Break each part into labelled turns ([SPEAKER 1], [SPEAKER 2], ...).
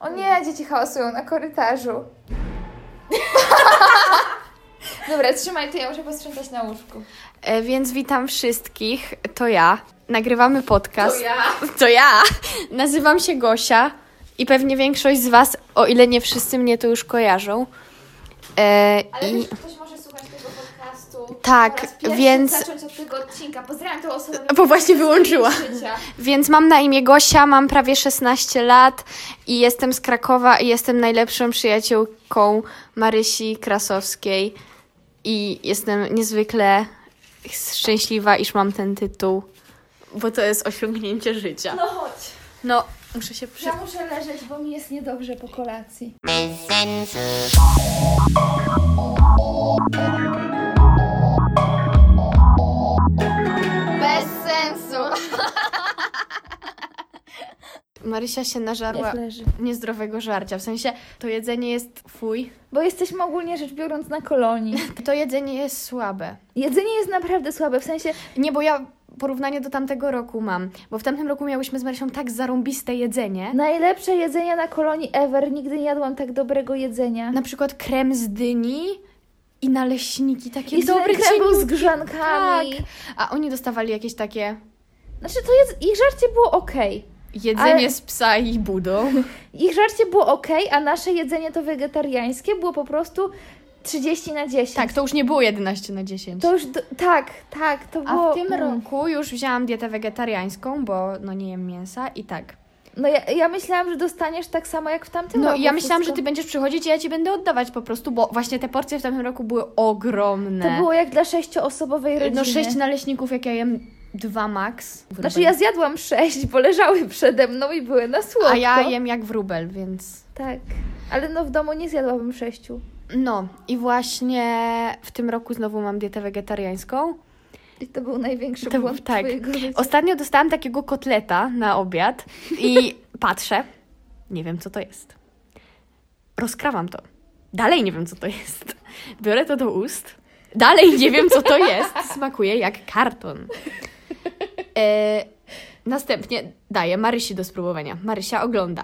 [SPEAKER 1] O nie, dzieci hałasują na korytarzu. Dobra, trzymaj to, ja muszę posprzątać na łóżku.
[SPEAKER 2] E, Więc witam wszystkich. To ja. Nagrywamy podcast.
[SPEAKER 3] To ja.
[SPEAKER 2] To ja. Nazywam się Gosia i pewnie większość z Was, o ile nie wszyscy mnie to już kojarzą. E,
[SPEAKER 1] Ale
[SPEAKER 2] i...
[SPEAKER 1] wiesz, ktoś może słuchać tego podcastu.
[SPEAKER 2] Tak,
[SPEAKER 1] po raz pierwszy
[SPEAKER 2] więc-
[SPEAKER 1] zacząć od tego odcinka. Pozdrawiam tą osobę.
[SPEAKER 2] Bo właśnie wyłączyła.
[SPEAKER 1] Życia.
[SPEAKER 2] Więc mam na imię Gosia, mam prawie 16 lat i jestem z Krakowa i jestem najlepszą przyjaciółką Marysi Krasowskiej i jestem niezwykle szczęśliwa, iż mam ten tytuł, bo to jest osiągnięcie życia.
[SPEAKER 1] No chodź.
[SPEAKER 2] No, muszę się przy...
[SPEAKER 1] Ja muszę leżeć, bo mi jest niedobrze po kolacji. Bez sensu.
[SPEAKER 2] Marysia się nażarła
[SPEAKER 1] Niech leży.
[SPEAKER 2] niezdrowego żarcia, w sensie to jedzenie jest fuj,
[SPEAKER 1] Bo jesteśmy ogólnie rzecz biorąc na kolonii.
[SPEAKER 2] to jedzenie jest słabe.
[SPEAKER 1] Jedzenie jest naprawdę słabe, w sensie
[SPEAKER 2] Nie, bo ja porównanie do tamtego roku mam, bo w tamtym roku miałyśmy z Marysią tak zarąbiste jedzenie.
[SPEAKER 1] najlepsze jedzenie na kolonii ever. Nigdy nie jadłam tak dobrego jedzenia.
[SPEAKER 2] na przykład krem z dyni i naleśniki takie
[SPEAKER 1] I
[SPEAKER 2] dobre
[SPEAKER 1] dobry krem był z
[SPEAKER 2] cieniutkie.
[SPEAKER 1] grzankami.
[SPEAKER 2] Tak. A oni dostawali jakieś takie
[SPEAKER 1] Znaczy to jest, ich żarcie było okej.
[SPEAKER 2] jedzenie
[SPEAKER 1] Ale-
[SPEAKER 2] z psa i budą.
[SPEAKER 1] Ich żarcie było ok, a nasze jedzenie to wegetariańskie było po prostu 30 na 10.
[SPEAKER 2] Tak, to już nie było 11 na 10.
[SPEAKER 1] To już, do, tak, tak, to
[SPEAKER 2] A
[SPEAKER 1] było...
[SPEAKER 2] w tym
[SPEAKER 1] mm.
[SPEAKER 2] roku już wzięłam dietę wegetariańską, bo no nie jem mięsa i tak.
[SPEAKER 1] No ja, ja myślałam, że dostaniesz tak samo jak w tamtym
[SPEAKER 2] No
[SPEAKER 1] roku.
[SPEAKER 2] i ja myślałam, że
[SPEAKER 1] wszystko.
[SPEAKER 2] ty będziesz przychodzić i ja ci będę oddawać po prostu, bo właśnie te porcje w tamtym roku były ogromne.
[SPEAKER 1] To było jak dla sześcioosobowej rodziny.
[SPEAKER 2] no sześć naleśników, jak ja jem dwa max.
[SPEAKER 1] Znaczy ja zjadłam sześć, bo leżały przede mną i były na słodko.
[SPEAKER 2] A ja jem jak wróbel, więc...
[SPEAKER 1] Tak, ale no w domu nie zjadłabym sześciu.
[SPEAKER 2] No i właśnie w tym roku znowu mam dietę wegetariańską.
[SPEAKER 1] I to był największy
[SPEAKER 2] To-
[SPEAKER 1] błąd
[SPEAKER 2] tak.
[SPEAKER 1] twojego życia.
[SPEAKER 2] Ostatnio dostałam takiego kotleta na obiad i patrzę, nie wiem co to jest. Rozkrawam to. Dalej nie wiem co to jest. Biorę to do ust. Dalej nie wiem co to jest. Smakuje jak karton. E, następnie daję Marysi do spróbowania. Marysia ogląda.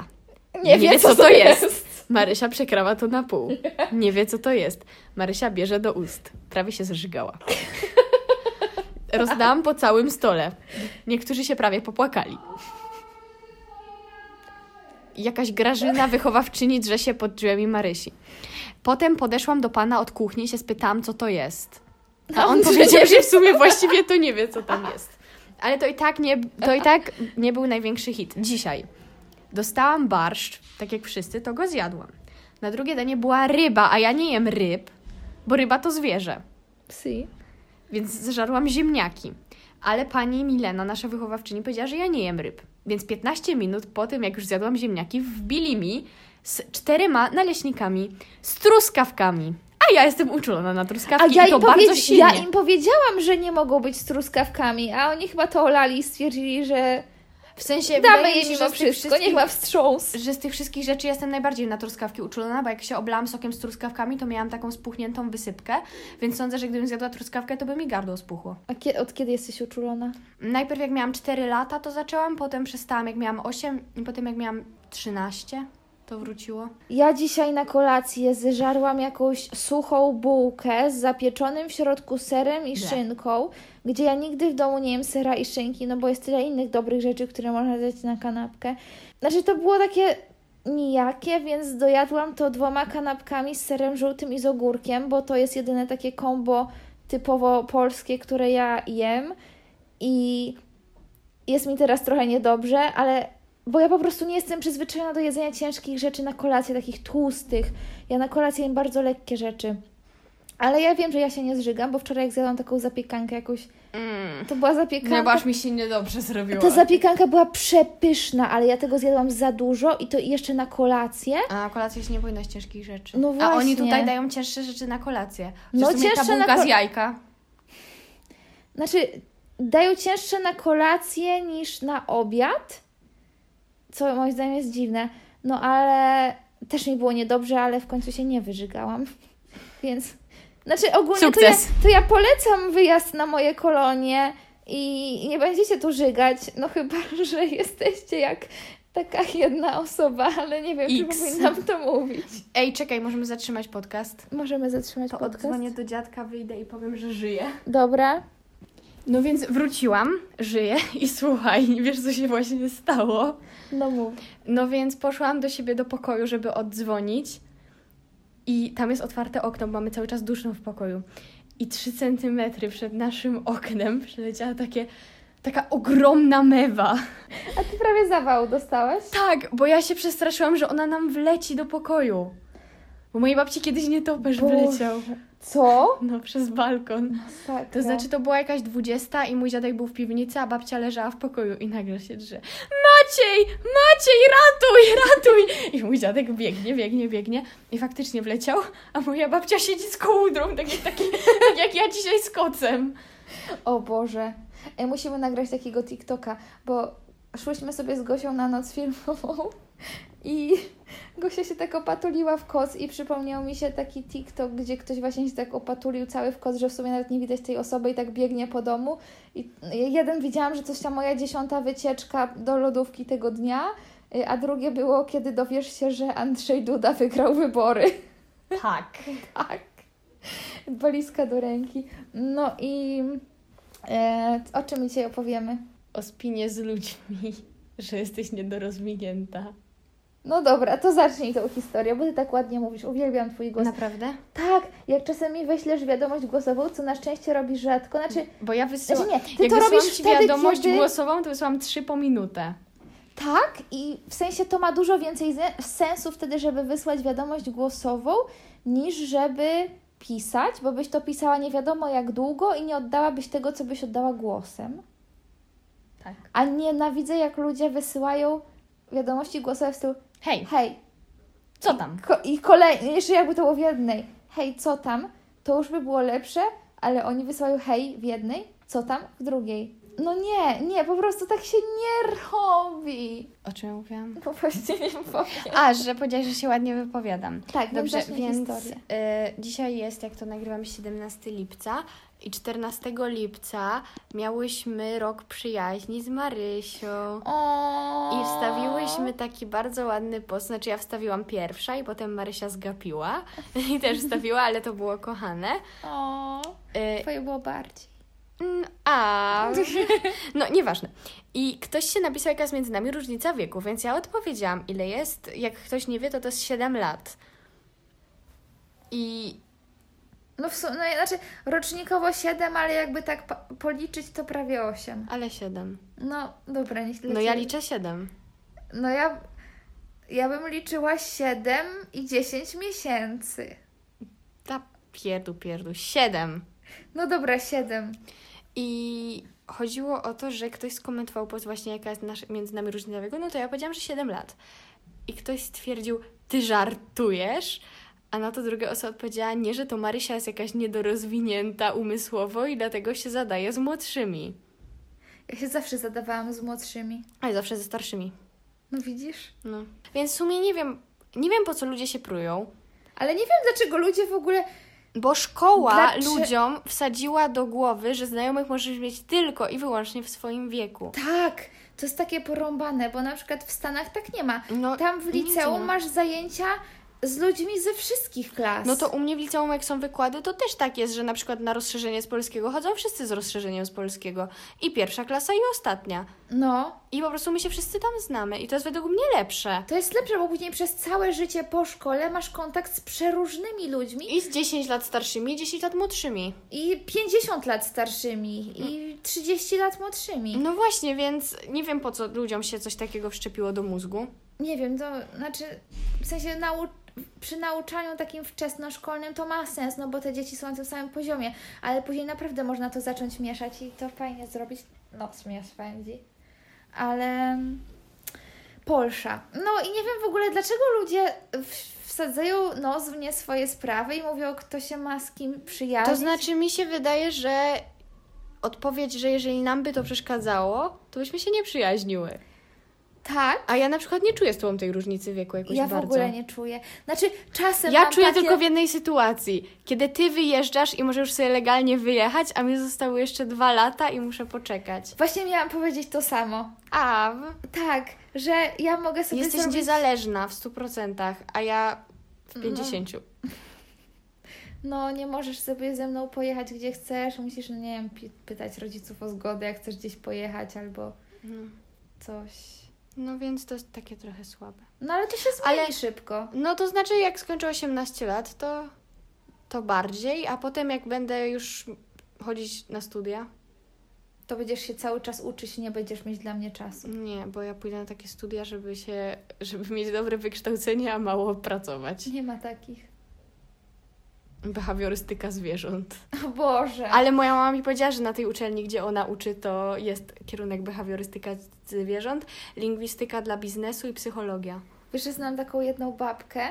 [SPEAKER 2] nie wie, co to jest. Marysia przekrawa to na pół. Nie wie, co to jest. Marysia bierze do ust. Prawie się zżygała. Rozdałam po całym stole. Niektórzy się prawie popłakali. Jakaś grażyna wychowawczyni drze się pod drzwiami Marysi. Potem podeszłam do pana od kuchni i się spytałam, co to jest. A on powiedział, że w sumie właściwie to nie wie, co tam jest. Ale to i tak nie, to i tak nie był największy hit. Dzisiaj dostałam barszcz, tak jak wszyscy, to go zjadłam. Na drugie danie była ryba, a ja nie jem ryb, bo ryba to zwierzę,
[SPEAKER 1] Psi.
[SPEAKER 2] więc zżarłam ziemniaki. Ale pani Milena, nasza wychowawczyni, powiedziała, że ja nie jem ryb. Więc 15 minut po tym, jak już zjadłam ziemniaki, wbili mi z czterema naleśnikami, z truskawkami. A ja jestem uczulona na
[SPEAKER 1] A
[SPEAKER 2] truskawki
[SPEAKER 1] ja
[SPEAKER 2] i to
[SPEAKER 1] im,
[SPEAKER 2] bardzo
[SPEAKER 1] powiedz...
[SPEAKER 2] silnie.
[SPEAKER 1] ja im powiedziałam, że nie mogą być z truskawkami, a oni chyba to olali i stwierdzili, że
[SPEAKER 2] W sensie
[SPEAKER 1] damy
[SPEAKER 2] wydaje mi
[SPEAKER 1] je
[SPEAKER 2] się,
[SPEAKER 1] mimo
[SPEAKER 2] że z tych
[SPEAKER 1] wszystko, niech
[SPEAKER 2] wszystkich-
[SPEAKER 1] ma wstrząs.
[SPEAKER 2] że z tych wszystkich rzeczy jestem najbardziej na truskawki uczulona, bo jak się oblałam sokiem z truskawkami, to miałam taką spuchniętą wysypkę, więc sądzę, że gdybym zjadła truskawkę, to by mi gardło spuchło.
[SPEAKER 1] A kie- od kiedy jesteś uczulona?
[SPEAKER 2] Najpierw jak miałam 4 lata, to zaczęłam, potem przestałam, jak miałam 8 i potem jak miałam 13, to wróciło.
[SPEAKER 1] Ja dzisiaj na kolację zeżarłam jakąś suchą bułkę z zapieczonym w środku serem i
[SPEAKER 2] Ble.
[SPEAKER 1] szynką, gdzie ja nigdy w domu nie jem sera i szynki, no bo jest tyle innych dobrych rzeczy, które można zjeść na kanapkę. Znaczy to było takie nijakie, więc dojadłam to dwoma kanapkami z serem żółtym i z ogórkiem, bo to jest jedyne takie kombo typowo polskie, które ja jem i jest mi teraz trochę niedobrze, ale bo ja po prostu nie jestem przyzwyczajona do jedzenia ciężkich rzeczy na kolację, takich tłustych. Ja na kolację jem bardzo lekkie rzeczy. Ale ja wiem, że ja się nie zżygam, bo wczoraj jak zjadłam taką zapiekankę jakąś,
[SPEAKER 2] Mm.
[SPEAKER 1] to była zapiekanka.
[SPEAKER 2] Chyba aż mi się niedobrze zrobiło.
[SPEAKER 1] Ta zapiekanka była przepyszna, ale ja tego zjadłam za dużo i to jeszcze na kolację.
[SPEAKER 2] A kolacja się nie powinna z ciężkich rzeczy.
[SPEAKER 1] No
[SPEAKER 2] A oni
[SPEAKER 1] właśnie.
[SPEAKER 2] tutaj dają cięższe rzeczy na kolację.
[SPEAKER 1] No
[SPEAKER 2] No cięższe
[SPEAKER 1] cięższe na
[SPEAKER 2] bułka
[SPEAKER 1] kol-
[SPEAKER 2] z jajka.
[SPEAKER 1] Znaczy, dają cięższe na kolację niż na obiad, co moim zdaniem jest dziwne. No ale też mi było niedobrze, ale w końcu się nie wyżygałam. Więc, znaczy ogólnie to ja,
[SPEAKER 2] Sukces.
[SPEAKER 1] to ja polecam wyjazd na moje kolonie i nie będziecie tu żygać, no chyba, że jesteście jak taka jedna osoba, ale nie wiem,
[SPEAKER 2] X.
[SPEAKER 1] czy powinnam to mówić.
[SPEAKER 2] Ej, czekaj, możemy zatrzymać podcast.
[SPEAKER 1] Możemy zatrzymać
[SPEAKER 2] To
[SPEAKER 1] podcast?
[SPEAKER 2] odzwonię do dziadka, wyjdę i powiem, że żyję.
[SPEAKER 1] Dobra.
[SPEAKER 2] No więc wróciłam, żyję i słuchaj, nie wiesz co się właśnie stało.
[SPEAKER 1] No mów.
[SPEAKER 2] No więc poszłam do siebie do pokoju, żeby oddzwonić. I tam jest otwarte okno, bo mamy cały czas duszno w pokoju. I trzy centymetry przed naszym oknem przeleciała takie, taka ogromna mewa.
[SPEAKER 1] A ty prawie zawał dostałaś?
[SPEAKER 2] Tak, bo ja się przestraszyłam, że ona nam wleci do pokoju. Bo mojej babci kiedyś nietoperz
[SPEAKER 1] Boże.
[SPEAKER 2] wleciał.
[SPEAKER 1] Co?
[SPEAKER 2] No, przez balkon.
[SPEAKER 1] Masakra.
[SPEAKER 2] To znaczy, to była jakaś dwudziesta i mój dziadek był w piwnicy, a babcia leżała w pokoju i nagle się drze. Maciej! Maciej, ratuj, ratuj! I mój dziadek biegnie, biegnie, biegnie i faktycznie wleciał, a moja babcia siedzi z kołdrą, tak jak, taki, tak jak ja dzisiaj z kocem.
[SPEAKER 1] no, O Boże. Ej, musimy nagrać takiego TikToka, bo szłyśmy sobie z Gosią na noc filmową i Gosia się tak opatuliła w koc i przypomniał mi się taki TikTok, gdzie ktoś właśnie się tak opatulił cały w koc, że w sumie nawet nie widać tej osoby i tak biegnie po domu. I no, jeden widziałam, że coś tam moja dziesiąta wycieczka do lodówki tego dnia, y, a drugie było, kiedy dowiesz się, że Andrzej Duda wygrał wybory.
[SPEAKER 2] Tak.
[SPEAKER 1] Tak. Walizka do ręki. No i e, o czym dzisiaj opowiemy?
[SPEAKER 2] O spinie z ludźmi, że jesteś niedorozwinięta.
[SPEAKER 1] No dobra, to zacznij tą historię, bo ty tak ładnie mówisz. Uwielbiam twój głos.
[SPEAKER 2] Naprawdę?
[SPEAKER 1] Tak, jak czasem mi wyślesz wiadomość głosową, co na szczęście robisz rzadko. Znaczy,
[SPEAKER 2] Bo ja wysyłam...
[SPEAKER 1] znaczy nie, ty
[SPEAKER 2] jak
[SPEAKER 1] to
[SPEAKER 2] wysyłam
[SPEAKER 1] robisz
[SPEAKER 2] ci
[SPEAKER 1] wtedy,
[SPEAKER 2] wiadomość
[SPEAKER 1] kiedy...
[SPEAKER 2] głosową, to wysyłam trzy po minutę.
[SPEAKER 1] Tak, i w sensie to ma dużo więcej ze- sensu wtedy, żeby wysłać wiadomość głosową, niż żeby pisać, bo byś to pisała nie wiadomo jak długo i nie oddałabyś tego, co byś oddała głosem.
[SPEAKER 2] Tak.
[SPEAKER 1] A nienawidzę, jak ludzie wysyłają wiadomości głosowe w stylu
[SPEAKER 2] Hej,
[SPEAKER 1] hej,
[SPEAKER 2] co tam?
[SPEAKER 1] ko- i kolejny, jeszcze jakby to było w jednej, hej, co tam, to już by było lepsze, ale oni wysyłają hej w jednej, co tam w drugiej. No nie, nie, po prostu tak się nie robi.
[SPEAKER 2] O czym ja mówiłam?
[SPEAKER 1] Po prostu nie powiem.
[SPEAKER 2] A, że powiedziałeś, że się ładnie wypowiadam.
[SPEAKER 1] Tak,
[SPEAKER 2] Dobrze, więc
[SPEAKER 1] historię.
[SPEAKER 2] y, dzisiaj jest, jak to nagrywam, 17 lipca i 14 lipca miałyśmy rok przyjaźni z Marysią.
[SPEAKER 1] O.
[SPEAKER 2] I wstawiłyśmy taki bardzo ładny post, znaczy ja wstawiłam pierwsza i potem Marysia zgapiła i też wstawiła, ale to było kochane.
[SPEAKER 1] O.
[SPEAKER 2] Y,
[SPEAKER 1] Twoje było bardziej.
[SPEAKER 2] Mm, A. No, nieważne. I ktoś się napisał, jaka jest między nami różnica wieku, więc ja odpowiedziałam, ile jest. Jak ktoś nie wie, to to jest 7 lat. I
[SPEAKER 1] No w sumie, no, znaczy rocznikowo 7, ale jakby tak po- policzyć to prawie 8.
[SPEAKER 2] Ale 7.
[SPEAKER 1] No dobra, niech
[SPEAKER 2] No ja liczę 7.
[SPEAKER 1] No ja, ja bym liczyła 7 i 10 miesięcy.
[SPEAKER 2] Ta pierdu, pierdu. 7.
[SPEAKER 1] No dobra, 7.
[SPEAKER 2] I chodziło o to, że ktoś skomentował post właśnie, jaka jest nasz, między nami różnica wieku, no to ja powiedziałam, że 7 lat. I ktoś stwierdził, ty żartujesz? A na to druga osoba odpowiedziała, nie, że to Marysia jest jakaś niedorozwinięta umysłowo i dlatego się zadaje z młodszymi.
[SPEAKER 1] Ja się zawsze zadawałam z młodszymi.
[SPEAKER 2] Ale zawsze ze starszymi.
[SPEAKER 1] No widzisz?
[SPEAKER 2] No. Więc w sumie nie wiem, nie wiem po co ludzie się prują,
[SPEAKER 1] Ale nie wiem, dlaczego ludzie w ogóle.
[SPEAKER 2] Bo szkoła
[SPEAKER 1] Dlaczego-
[SPEAKER 2] ludziom wsadziła do głowy, że znajomych możesz mieć tylko i wyłącznie w swoim wieku.
[SPEAKER 1] Tak, to jest takie porąbane, bo na przykład w Stanach tak nie ma.
[SPEAKER 2] No,
[SPEAKER 1] Tam w
[SPEAKER 2] nic nie
[SPEAKER 1] liceum
[SPEAKER 2] ma.
[SPEAKER 1] masz zajęcia z ludźmi ze wszystkich klas.
[SPEAKER 2] No to u mnie w liceum, jak są wykłady, to też tak jest, że na przykład na rozszerzenie z polskiego chodzą wszyscy z rozszerzeniem z polskiego. I pierwsza klasa, i ostatnia.
[SPEAKER 1] No,
[SPEAKER 2] I po prostu my się wszyscy tam znamy. I to jest według mnie lepsze.
[SPEAKER 1] to jest lepsze, bo później przez całe życie po szkole masz kontakt z przeróżnymi ludźmi
[SPEAKER 2] I z 10 lat starszymi, i 10 lat młodszymi.
[SPEAKER 1] i 50 lat starszymi
[SPEAKER 2] Mm.
[SPEAKER 1] i 30 lat młodszymi.
[SPEAKER 2] No właśnie, więc nie wiem po co ludziom się coś takiego wszczepiło do mózgu.
[SPEAKER 1] Nie wiem, to znaczy w sensie nau- przy nauczaniu takim wczesnoszkolnym to ma sens, no bo te dzieci są na tym samym poziomie, ale później naprawdę można to zacząć mieszać i to fajnie zrobić. Noc mnie spędzi. Ale mm, Polsza. No i nie wiem w ogóle, dlaczego ludzie w- wsadzają nos w nie swoje sprawy i mówią, kto się ma z kim przyjaźnić.
[SPEAKER 2] To znaczy, mi się wydaje, że odpowiedź, że jeżeli nam by to przeszkadzało, to byśmy się nie przyjaźniły.
[SPEAKER 1] Tak?
[SPEAKER 2] A ja na przykład nie czuję z tobą tej różnicy wieku jakoś
[SPEAKER 1] Ja w
[SPEAKER 2] bardzo.
[SPEAKER 1] ogóle nie czuję. Znaczy, czasem
[SPEAKER 2] Ja
[SPEAKER 1] mam
[SPEAKER 2] czuję
[SPEAKER 1] takie...
[SPEAKER 2] tylko w jednej sytuacji, kiedy ty wyjeżdżasz i możesz sobie legalnie wyjechać, a mi zostały jeszcze dwa lata i muszę poczekać.
[SPEAKER 1] Właśnie miałam powiedzieć to samo.
[SPEAKER 2] A, w-
[SPEAKER 1] Tak, że ja mogę sobie
[SPEAKER 2] jesteś
[SPEAKER 1] zrobić...
[SPEAKER 2] niezależna w 100%, a ja w 50.
[SPEAKER 1] No, nie możesz sobie ze mną pojechać gdzie chcesz, musisz, no nie wiem, pi- pytać rodziców o zgodę, jak chcesz gdzieś pojechać albo
[SPEAKER 2] No.
[SPEAKER 1] coś.
[SPEAKER 2] no więc to jest takie trochę słabe.
[SPEAKER 1] No, ale to się zmieni
[SPEAKER 2] Ale-
[SPEAKER 1] ale... szybko.
[SPEAKER 2] No to znaczy, jak skończę 18 lat, to, to bardziej, a potem jak będę już chodzić na studia.
[SPEAKER 1] To będziesz się cały czas uczyć i nie będziesz mieć dla mnie czasu.
[SPEAKER 2] Nie, bo ja pójdę na takie studia, żeby się, żeby mieć dobre wykształcenie, a mało pracować.
[SPEAKER 1] Nie ma takich.
[SPEAKER 2] Behawiorystyka zwierząt.
[SPEAKER 1] O Boże.
[SPEAKER 2] Ale moja mama mi powiedziała, że na tej uczelni, gdzie ona uczy, to jest kierunek behawiorystyka zwierząt, lingwistyka dla biznesu i psychologia.
[SPEAKER 1] Wiesz, że znam taką jedną babkę,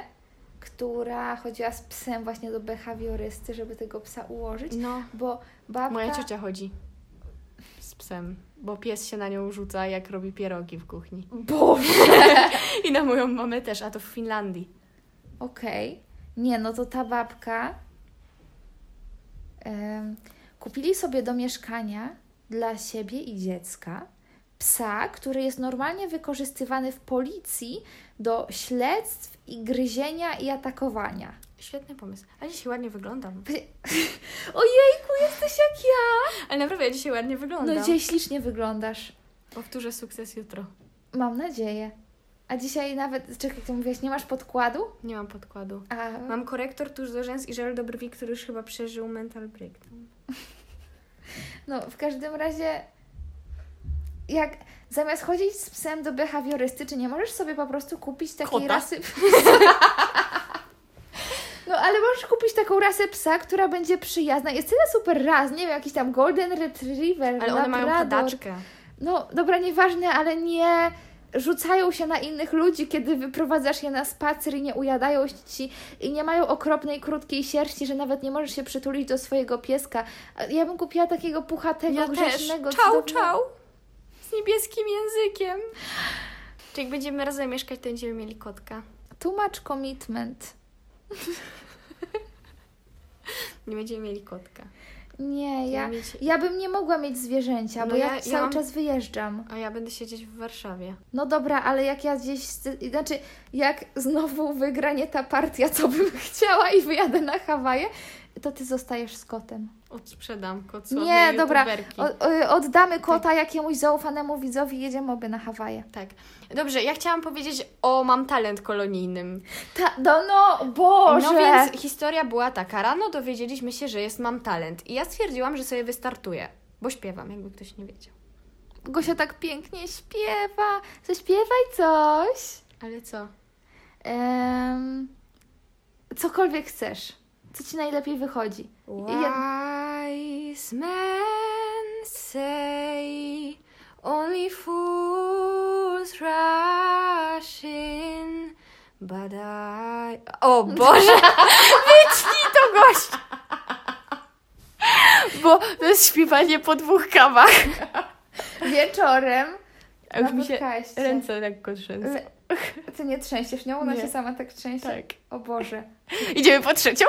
[SPEAKER 1] która chodziła z psem właśnie do behawiorysty, żeby tego psa ułożyć,
[SPEAKER 2] No,
[SPEAKER 1] bo babka...
[SPEAKER 2] moja ciocia chodzi z psem, bo pies się na nią rzuca, jak robi pierogi w kuchni.
[SPEAKER 1] Boże!
[SPEAKER 2] I na moją mamę też, a to w Finlandii.
[SPEAKER 1] Okej. Nie, no to ta babka... em, kupili sobie do mieszkania dla siebie i dziecka psa, który jest normalnie wykorzystywany w policji do śledztw i gryzienia i atakowania.
[SPEAKER 2] Świetny pomysł. A dzisiaj ładnie wyglądam.
[SPEAKER 1] Ojejku, jesteś jak ja!
[SPEAKER 2] Ale naprawdę ja dzisiaj ładnie wyglądam.
[SPEAKER 1] No dzisiaj ślicznie wyglądasz.
[SPEAKER 2] Powtórzę sukces jutro.
[SPEAKER 1] Mam nadzieję. A dzisiaj nawet, czekaj, ty mówiłaś, nie masz podkładu?
[SPEAKER 2] Nie mam podkładu.
[SPEAKER 1] A,
[SPEAKER 2] Mam korektor tuż do rzęs i żel do brwi, który już chyba przeżył mental breakdown.
[SPEAKER 1] no w każdym razie, jak zamiast chodzić z psem do behawiorysty, czy nie możesz sobie po prostu kupić takiej
[SPEAKER 2] Kota?
[SPEAKER 1] rasy... No, ale możesz kupić taką rasę psa, która będzie przyjazna. Jest tyle super raz, nie wiem, jakiś tam Golden Retriever,
[SPEAKER 2] Ale one mają
[SPEAKER 1] Labrador.
[SPEAKER 2] padaczkę.
[SPEAKER 1] No, dobra, nieważne, ale nie rzucają się na innych ludzi, kiedy wyprowadzasz je na spacer i nie ujadają ci i nie mają okropnej, krótkiej sierści, że nawet nie możesz się przytulić do swojego pieska. A Ja bym kupiła takiego puchatego,
[SPEAKER 2] Ja też.
[SPEAKER 1] grzecznego.
[SPEAKER 2] Czał,
[SPEAKER 1] cudownego-
[SPEAKER 2] czał. Z niebieskim językiem. Czy jak będziemy razem mieszkać, to będziemy mieli kotka.
[SPEAKER 1] Tłumacz commitment.
[SPEAKER 2] Nie będziemy mieli kotka.
[SPEAKER 1] Nie, ja,
[SPEAKER 2] Mieć...
[SPEAKER 1] ja bym nie mogła mieć zwierzęcia,
[SPEAKER 2] No
[SPEAKER 1] bo ja,
[SPEAKER 2] ja- ja
[SPEAKER 1] cały
[SPEAKER 2] mam-
[SPEAKER 1] czas wyjeżdżam.
[SPEAKER 2] A ja będę siedzieć w Warszawie.
[SPEAKER 1] No dobra, ale jak ja gdzieś, z- znaczy jak znowu wygra nie ta partia, co bym chciała i wyjadę na Hawaje, to ty zostajesz z kotem.
[SPEAKER 2] Odsprzedam kot
[SPEAKER 1] Nie,
[SPEAKER 2] sławnej
[SPEAKER 1] dobra,
[SPEAKER 2] youtuberki.
[SPEAKER 1] O, y, oddamy kota jakiemuś zaufanemu widzowi i jedziemy obie na Hawaje.
[SPEAKER 2] Tak. Dobrze, ja chciałam powiedzieć o Mam Talent Kolonijnym.
[SPEAKER 1] Ta, no, no, Boże!
[SPEAKER 2] No więc historia była taka. Rano dowiedzieliśmy się, że jest Mam Talent i ja stwierdziłam, że sobie wystartuję, bo śpiewam, jakby ktoś nie wiedział.
[SPEAKER 1] Gosia tak pięknie śpiewa. Zaśpiewaj coś.
[SPEAKER 2] Ale co?
[SPEAKER 1] Em, cokolwiek chcesz. Co ci najlepiej wychodzi.
[SPEAKER 2] Wise men say only fools rush in, but I... O Boże! Wytnij to, gość! Bo to jest śpiewanie po dwóch kawach.
[SPEAKER 1] Wieczorem
[SPEAKER 2] A już
[SPEAKER 1] na
[SPEAKER 2] mi się
[SPEAKER 1] podcaście.
[SPEAKER 2] ręce lekko trzęsą.
[SPEAKER 1] Le- Ty nie trzęsiesz nią? Ona
[SPEAKER 2] Nie.
[SPEAKER 1] się sama tak trzęsie?
[SPEAKER 2] Tak.
[SPEAKER 1] O Boże.
[SPEAKER 2] Idziemy po trzecią?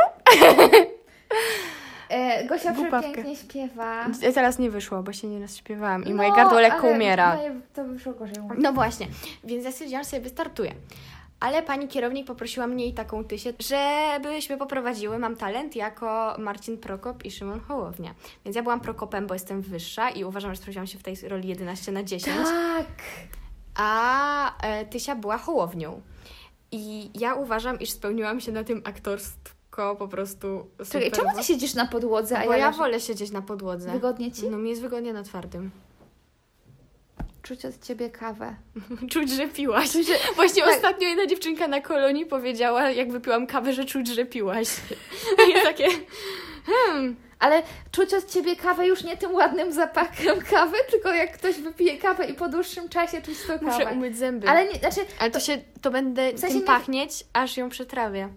[SPEAKER 1] E, Gosia
[SPEAKER 2] Głupawkę.
[SPEAKER 1] przepięknie śpiewa.
[SPEAKER 2] Ja teraz nie wyszło, bo się nie rozśpiewałam i moje
[SPEAKER 1] No,
[SPEAKER 2] gardło lekko
[SPEAKER 1] ale
[SPEAKER 2] umiera.
[SPEAKER 1] Moje, to by wyszło gorzej.
[SPEAKER 2] No właśnie, więc ja stwierdziłam, że sobie wystartuję. Ale pani kierownik poprosiła mnie i taką Tysię, żebyśmy poprowadziły Mam Talent jako Marcin Prokop i Szymon Hołownia. Więc ja byłam Prokopem, bo jestem wyższa i uważam, że sprawdziłam się w tej roli 11 na 10,
[SPEAKER 1] Tak.
[SPEAKER 2] a e, Tysia była Hołownią. I ja uważam, iż spełniłam się na tym aktorstwo po prostu super. no.
[SPEAKER 1] Czekaj, czemu ty siedzisz na podłodze, a
[SPEAKER 2] Bo
[SPEAKER 1] ja,
[SPEAKER 2] ja
[SPEAKER 1] leżę?
[SPEAKER 2] wolę siedzieć na podłodze.
[SPEAKER 1] Wygodnie ci?
[SPEAKER 2] No mi jest wygodnie na twardym.
[SPEAKER 1] Czuć od ciebie kawę.
[SPEAKER 2] Czuć, że piłaś. Właśnie
[SPEAKER 1] tak.
[SPEAKER 2] ostatnio jedna dziewczynka na kolonii powiedziała, jak wypiłam kawę, że czuć, że piłaś. I ja takie, hmm,
[SPEAKER 1] Ale czuć od ciebie kawę już nie tym ładnym zapachem kawy, tylko jak ktoś wypije kawę i po dłuższym czasie czuć tą
[SPEAKER 2] muszę
[SPEAKER 1] kawę.
[SPEAKER 2] umyć zęby. Ale,
[SPEAKER 1] Ale nie, znaczy,
[SPEAKER 2] to się, to będę
[SPEAKER 1] sensie
[SPEAKER 2] tym
[SPEAKER 1] nie-
[SPEAKER 2] pachnieć, aż ją przetrawię.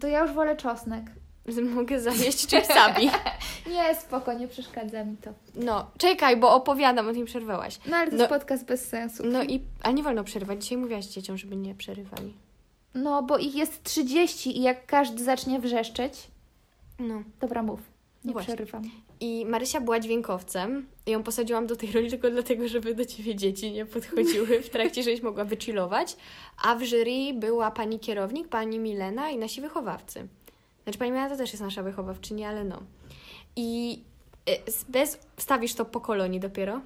[SPEAKER 1] to ja już wolę czosnek.
[SPEAKER 2] Z- Mogę zajeść chipsami.
[SPEAKER 1] Nie, spoko, nie przeszkadza mi to.
[SPEAKER 2] No, czekaj, bo opowiadam, o tym przerwałaś.
[SPEAKER 1] No ale to
[SPEAKER 2] No.
[SPEAKER 1] jest podcast bez sensu.
[SPEAKER 2] No i, a nie wolno przerywać. Dzisiaj mówiłaś dzieciom, żeby nie przerywali.
[SPEAKER 1] No, bo ich jest 30 i jak każdy zacznie wrzeszczeć...
[SPEAKER 2] No.
[SPEAKER 1] Dobra, mów. Nie
[SPEAKER 2] Właśnie.
[SPEAKER 1] przerywam.
[SPEAKER 2] I Marysia była dźwiękowcem. I ją posadziłam do tej roli tylko dlatego, żeby do ciebie dzieci nie podchodziły w trakcie, żebyś mogła wychillować. A w jury była pani kierownik, pani Milena i nasi wychowawcy. Znaczy pani Milena to też jest nasza wychowawczyni, ale no. I e, s- bez... Wstawisz to po kolonii dopiero?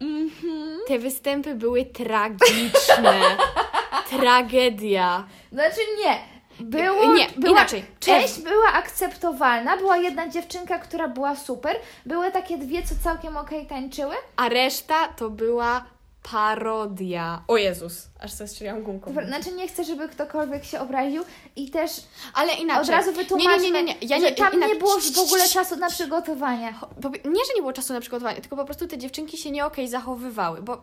[SPEAKER 1] Mhm.
[SPEAKER 2] Te występy były tragiczne. Tragedia.
[SPEAKER 1] Znaczy nie. Było,
[SPEAKER 2] Nie,
[SPEAKER 1] była,
[SPEAKER 2] inaczej.
[SPEAKER 1] Część była akceptowalna, była jedna dziewczynka, która była super, były takie dwie, co całkiem okej tańczyły.
[SPEAKER 2] A reszta to była parodia. O Jezus, aż zastrzeliłam gumką.
[SPEAKER 1] Dobra, Znaczy nie chcę, żeby ktokolwiek się obraził i też
[SPEAKER 2] Ale inaczej.
[SPEAKER 1] od razu wytłumaczmy,
[SPEAKER 2] Nie, nie, nie, nie. Ja
[SPEAKER 1] że
[SPEAKER 2] nie
[SPEAKER 1] tam
[SPEAKER 2] inaczej.
[SPEAKER 1] nie było w ogóle czasu na przygotowania.
[SPEAKER 2] Po- Nie, że nie było czasu na przygotowanie, tylko po prostu te dziewczynki się nie okej zachowywały, bo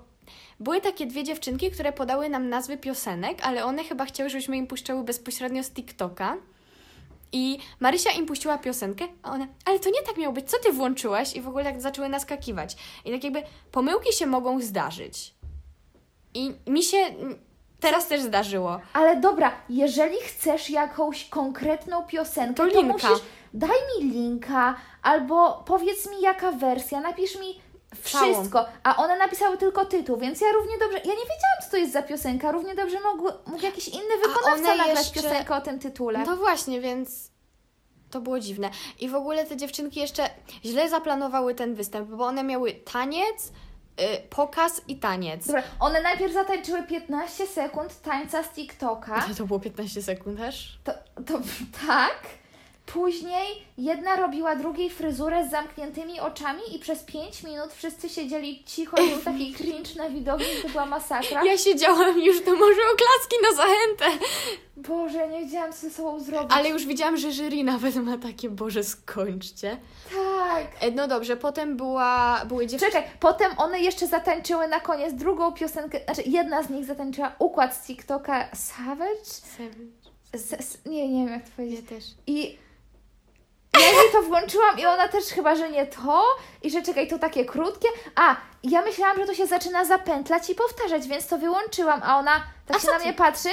[SPEAKER 2] były takie dwie dziewczynki, które podały nam nazwy piosenek, ale one chyba chciały, żebyśmy im puszczały bezpośrednio z TikToka. I Marysia im puściła piosenkę, a one, ale to nie tak miało być, co ty włączyłaś? I w ogóle tak zaczęły naskakiwać. I tak jakby pomyłki się mogą zdarzyć. I mi się mm, teraz też zdarzyło.
[SPEAKER 1] Ale dobra, jeżeli chcesz jakąś konkretną piosenkę,
[SPEAKER 2] To
[SPEAKER 1] to,
[SPEAKER 2] linka.
[SPEAKER 1] musisz daj mi linka albo powiedz mi jaka wersja, napisz mi
[SPEAKER 2] Całą.
[SPEAKER 1] wszystko, a one napisały tylko tytuł, więc ja równie dobrze, ja nie wiedziałam co to jest za piosenka, równie dobrze mógł, mógł jakiś inny wykonawca
[SPEAKER 2] one
[SPEAKER 1] nagrać
[SPEAKER 2] jeszcze-
[SPEAKER 1] piosenkę o tym tytule.
[SPEAKER 2] No właśnie, więc to było dziwne. I w ogóle te dziewczynki jeszcze źle zaplanowały ten występ, bo one miały taniec, y, pokaz i taniec.
[SPEAKER 1] Dobra, one najpierw zatańczyły 15 sekund tańca z TikToka.
[SPEAKER 2] To było 15 sekund też?
[SPEAKER 1] To, to tak. Później jedna robiła drugiej fryzurę z zamkniętymi oczami i przez 5 minut wszyscy siedzieli cicho, był taki cringe na widowni, to była masakra.
[SPEAKER 2] Ja siedziałam już, to może oklaski na zachętę.
[SPEAKER 1] Boże, nie wiedziałam co ze sobą zrobić.
[SPEAKER 2] Ale już widziałam, że jury nawet ma takie, Boże, skończcie.
[SPEAKER 1] Tak.
[SPEAKER 2] E, No dobrze, potem była, były dziewczyny.
[SPEAKER 1] Czekaj, potem one jeszcze zatańczyły na koniec drugą piosenkę, znaczy jedna z nich zatańczyła układ z TikToka Savage? S s nie, nie wiem jak to powiedzieć.
[SPEAKER 2] Ja też.
[SPEAKER 1] I ja jej to włączyłam i ona też chyba, że nie to i że czekaj, to takie krótkie. A, ja myślałam, że to się zaczyna zapętlać i powtarzać, więc to wyłączyłam, a ona tak
[SPEAKER 2] A
[SPEAKER 1] się
[SPEAKER 2] co
[SPEAKER 1] na
[SPEAKER 2] ty-
[SPEAKER 1] mnie patrzy,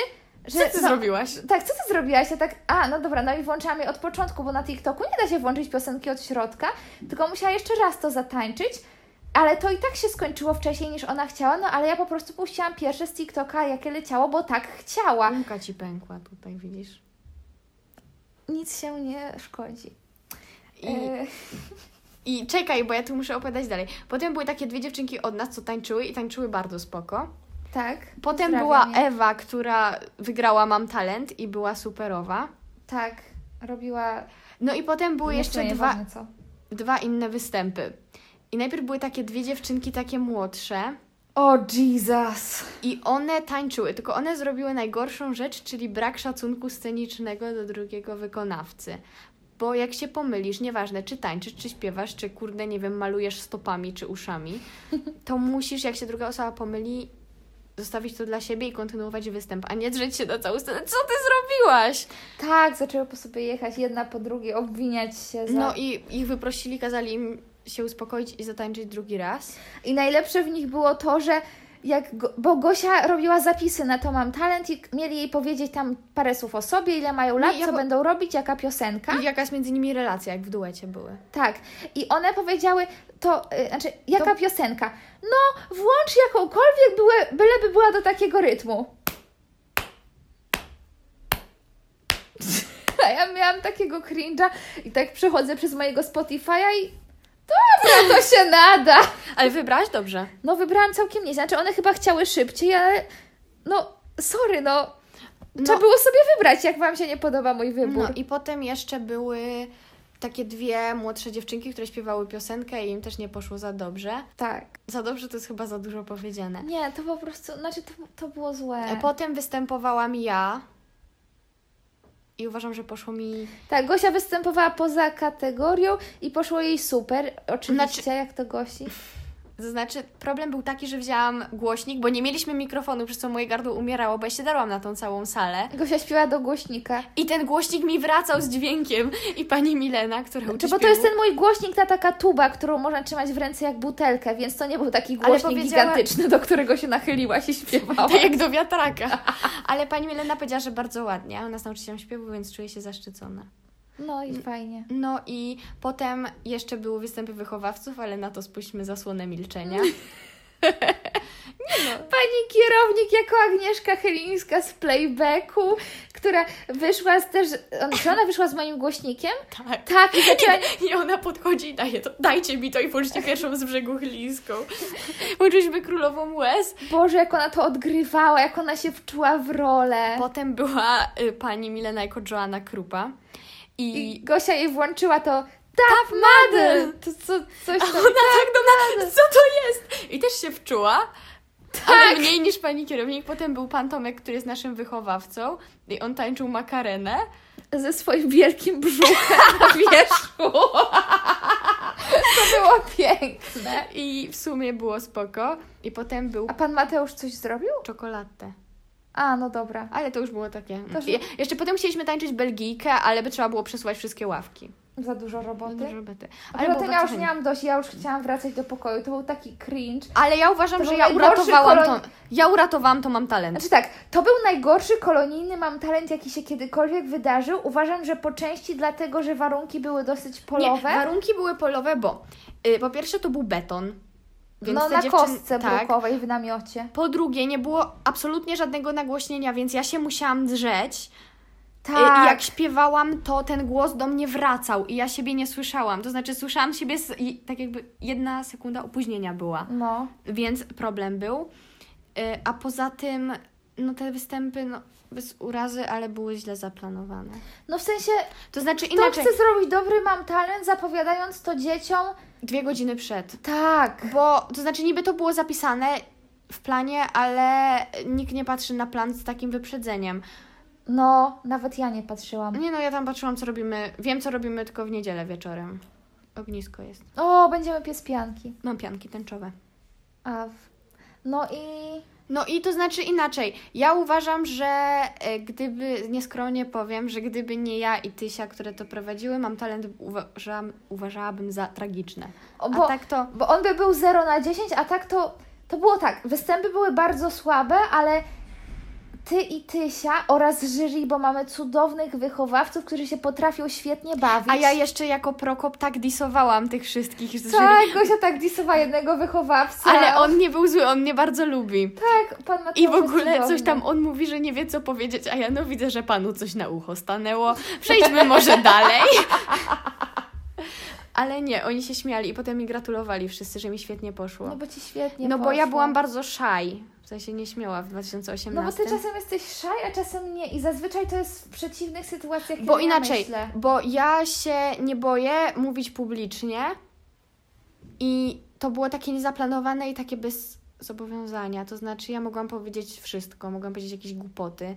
[SPEAKER 1] że...
[SPEAKER 2] Co ty
[SPEAKER 1] no,
[SPEAKER 2] zrobiłaś?
[SPEAKER 1] Tak, co ty zrobiłaś? Ja tak, a, no dobra, no i włączyłam je od początku, bo na TikToku nie da się włączyć piosenki od środka, tylko musiała jeszcze raz to zatańczyć, ale to i tak się skończyło wcześniej niż ona chciała, no ale ja po prostu puściłam pierwsze z TikToka, jakie leciało, bo tak chciała.
[SPEAKER 2] Gumka ci pękła tutaj, widzisz?
[SPEAKER 1] Nic się nie szkodzi.
[SPEAKER 2] I...
[SPEAKER 1] E,
[SPEAKER 2] I czekaj, bo ja tu muszę opowiadać dalej. Potem były takie dwie dziewczynki od nas, co tańczyły i tańczyły bardzo spoko.
[SPEAKER 1] tak.
[SPEAKER 2] Potem
[SPEAKER 1] pozdrawiam
[SPEAKER 2] była
[SPEAKER 1] je.
[SPEAKER 2] Ewa, która wygrała Mam Talent i była superowa.
[SPEAKER 1] Tak, robiła.
[SPEAKER 2] No i potem były jeszcze dwa,
[SPEAKER 1] Co.
[SPEAKER 2] dwa inne występy. I najpierw były takie dwie dziewczynki, takie młodsze
[SPEAKER 1] O Jesus!
[SPEAKER 2] i one tańczyły, tylko one zrobiły najgorszą rzecz, czyli brak szacunku scenicznego do drugiego wykonawcy. Bo jak się pomylisz, nieważne czy tańczysz, czy śpiewasz, czy kurde, nie wiem, malujesz stopami czy uszami, to musisz, jak się druga osoba pomyli, zostawić to dla siebie i kontynuować występ, a nie drzeć się na całą scenę. Co ty zrobiłaś?
[SPEAKER 1] Tak, zaczęły po sobie jechać jedna po drugiej, obwiniać się za.
[SPEAKER 2] No
[SPEAKER 1] No i...
[SPEAKER 2] i ich wyprosili, kazali im się uspokoić i zatańczyć drugi raz.
[SPEAKER 1] najlepsze w nich było to, że jak. Go... Bo Gosia robiła zapisy na to mam talent i mieli jej powiedzieć tam parę słów o sobie, ile mają lat,
[SPEAKER 2] ja
[SPEAKER 1] co
[SPEAKER 2] po-
[SPEAKER 1] będą robić, jaka piosenka.
[SPEAKER 2] I jakaś między nimi relacja, jak w duecie były.
[SPEAKER 1] Tak. I one powiedziały, to y, znaczy, jaka piosenka? No, włącz jakąkolwiek, byle, byleby była do takiego rytmu. A ja miałam takiego cringe'a i tak przechodzę przez mojego Spotify'a i dobra, to się nada.
[SPEAKER 2] Ale wybrałaś dobrze.
[SPEAKER 1] No wybrałam całkiem nieźle. Znaczy one chyba chciały szybciej, ale no sorry, no. Trzeba
[SPEAKER 2] No.
[SPEAKER 1] było sobie wybrać, jak Wam się nie podoba mój wybór.
[SPEAKER 2] No i potem jeszcze były takie dwie młodsze dziewczynki, które śpiewały piosenkę i im też nie poszło za dobrze.
[SPEAKER 1] Tak.
[SPEAKER 2] Za dobrze to jest chyba za dużo powiedziane.
[SPEAKER 1] Nie, to po prostu, znaczy to, to było złe.
[SPEAKER 2] E, Potem występowałam ja i uważam, że poszło mi...
[SPEAKER 1] Tak, Gosia występowała poza kategorią i poszło jej super. Oczywiście,
[SPEAKER 2] Znaczy-
[SPEAKER 1] jak to Gosi.
[SPEAKER 2] To znaczy, problem był taki, że wzięłam głośnik, bo nie mieliśmy mikrofonu, przez co moje gardło umierało, bo ja się darłam na tą całą salę.
[SPEAKER 1] Gosia śpiewa do głośnika.
[SPEAKER 2] I ten głośnik mi wracał z dźwiękiem i pani Milena, która uczy
[SPEAKER 1] Czy bo to
[SPEAKER 2] śpiewu-
[SPEAKER 1] jest ten mój głośnik, ta taka tuba, którą można trzymać w ręce jak butelkę, więc to nie był taki
[SPEAKER 2] Ale
[SPEAKER 1] głośnik
[SPEAKER 2] powiedziała-
[SPEAKER 1] gigantyczny, do którego się nachyliłaś i śpiewała.
[SPEAKER 2] Tak jak do wiatraka. Ale pani Milena powiedziała, że bardzo ładnie. Ona jest nauczycielem śpiewu, więc czuję się zaszczycona.
[SPEAKER 1] No i fajnie.
[SPEAKER 2] No i potem jeszcze były występy wychowawców, ale na to spuśćmy zasłonę milczenia.
[SPEAKER 1] Pani kierownik jako Agnieszka Chylińska z playbacku, która wyszła z też... on- Czy ona wyszła z moim głośnikiem?
[SPEAKER 2] Tak.
[SPEAKER 1] Tak, i zaczęła...
[SPEAKER 2] I ona podchodzi i daje to. Dajcie mi to i włączcie pierwszą z brzegu chlińską. Uczyliśmy królową łez.
[SPEAKER 1] Boże, jak ona to odgrywała, jak ona się wczuła w rolę.
[SPEAKER 2] Potem była y, pani Milena jako Joanna Krupa. I,
[SPEAKER 1] I Gosia jej włączyła to Tap Madel! To co, coś
[SPEAKER 2] A
[SPEAKER 1] tam...
[SPEAKER 2] ona tak do nas, co to jest? I też się wczuła. Ale mniej niż pani kierownik. Potem był pan Tomek, który jest naszym wychowawcą i on tańczył makarenę.
[SPEAKER 1] ze swoim wielkim brzuchem na wierzchu. To było piękne.
[SPEAKER 2] I w sumie było spoko. I potem był
[SPEAKER 1] A pan Mateusz coś zrobił?
[SPEAKER 2] czekoladę.
[SPEAKER 1] A, no dobra.
[SPEAKER 2] Ale to już było takie.
[SPEAKER 1] To już-
[SPEAKER 2] Je, jeszcze potem chcieliśmy tańczyć Belgijkę, ale by trzeba było przesuwać wszystkie ławki.
[SPEAKER 1] Za dużo roboty.
[SPEAKER 2] Roboty.
[SPEAKER 1] Ale potem
[SPEAKER 2] było
[SPEAKER 1] ja już
[SPEAKER 2] bardzo fajnie.
[SPEAKER 1] miałam dość, ja już chciałam wracać do pokoju. To był taki cringe.
[SPEAKER 2] Ale ja uważam,
[SPEAKER 1] To
[SPEAKER 2] że
[SPEAKER 1] był
[SPEAKER 2] ja
[SPEAKER 1] najgorszy
[SPEAKER 2] uratowałam
[SPEAKER 1] kolon-
[SPEAKER 2] to. Ja uratowałam to mam talent.
[SPEAKER 1] Znaczy tak, to był najgorszy kolonijny mam talent, jaki się kiedykolwiek wydarzył. Uważam, że po części dlatego, że warunki były dosyć Znaczy, polowe.
[SPEAKER 2] Nie, warunki były polowe, bo y, po pierwsze to był beton. Więc
[SPEAKER 1] no
[SPEAKER 2] te
[SPEAKER 1] na
[SPEAKER 2] dziewczyn-
[SPEAKER 1] kostce
[SPEAKER 2] tak,
[SPEAKER 1] brukowej w namiocie.
[SPEAKER 2] Po drugie, nie było absolutnie żadnego nagłośnienia, więc ja się musiałam drzeć. Y, I
[SPEAKER 1] Tak.
[SPEAKER 2] jak śpiewałam, to ten głos do mnie wracał i ja siebie nie słyszałam. To znaczy, słyszałam siebie z, i, tak jakby jedna sekunda opóźnienia była,
[SPEAKER 1] No.
[SPEAKER 2] więc problem był. Y, A poza tym, no te występy, no bez urazy, ale były źle zaplanowane.
[SPEAKER 1] No w sensie,
[SPEAKER 2] To znaczy
[SPEAKER 1] to
[SPEAKER 2] inaczej,
[SPEAKER 1] chce zrobić dobry mam talent, zapowiadając to dzieciom.
[SPEAKER 2] dwie godziny przed.
[SPEAKER 1] Tak.
[SPEAKER 2] Bo, to znaczy niby to było zapisane w planie, ale nikt nie patrzy na plan z takim wyprzedzeniem.
[SPEAKER 1] No, nawet ja nie patrzyłam.
[SPEAKER 2] Nie no, ja tam patrzyłam, co robimy. Wiem, co robimy, tylko w niedzielę wieczorem. Ognisko jest.
[SPEAKER 1] O, będziemy pies pianki.
[SPEAKER 2] Mam pianki tęczowe.
[SPEAKER 1] A w... No i.
[SPEAKER 2] No i to znaczy inaczej. Ja uważam, że e, gdyby, nieskromnie powiem, że gdyby nie ja i Tysia, które to prowadziły, mam talent, uważam, uważałabym za tragiczne.
[SPEAKER 1] O,
[SPEAKER 2] A
[SPEAKER 1] bo,
[SPEAKER 2] tak to...
[SPEAKER 1] bo on by był 0 na 10, a tak to. To było tak. Występy były bardzo słabe, ale ty i Tysia oraz jury, bo mamy cudownych wychowawców, którzy się potrafią świetnie bawić.
[SPEAKER 2] A ja jeszcze jako Prokop tak disowałam tych wszystkich z jury.
[SPEAKER 1] Tak, Gosia tak disowa jednego wychowawcę.
[SPEAKER 2] Ale on nie był zły, on mnie bardzo lubi.
[SPEAKER 1] Tak, pan Mateusz
[SPEAKER 2] I w
[SPEAKER 1] jest
[SPEAKER 2] ogóle coś
[SPEAKER 1] cudowny.
[SPEAKER 2] tam on mówi, że nie wie co powiedzieć, a ja no widzę, że panu coś na ucho stanęło. Przejdźmy może dalej. Ale nie, oni się śmiali i potem mi gratulowali wszyscy, że mi świetnie poszło.
[SPEAKER 1] No
[SPEAKER 2] No,
[SPEAKER 1] bo ci świetnie
[SPEAKER 2] bo ja
[SPEAKER 1] poszło.
[SPEAKER 2] byłam bardzo szaj. W sensie nie śmiała w 2018.
[SPEAKER 1] No bo ty czasem jesteś szaj, a czasem nie. I zazwyczaj to jest w przeciwnych sytuacjach, kiedy
[SPEAKER 2] Bo
[SPEAKER 1] ja
[SPEAKER 2] inaczej,
[SPEAKER 1] myślę.
[SPEAKER 2] bo ja się nie boję mówić publicznie i to było takie niezaplanowane i takie bez zobowiązania. To znaczy, ja mogłam powiedzieć wszystko, mogłam powiedzieć jakieś głupoty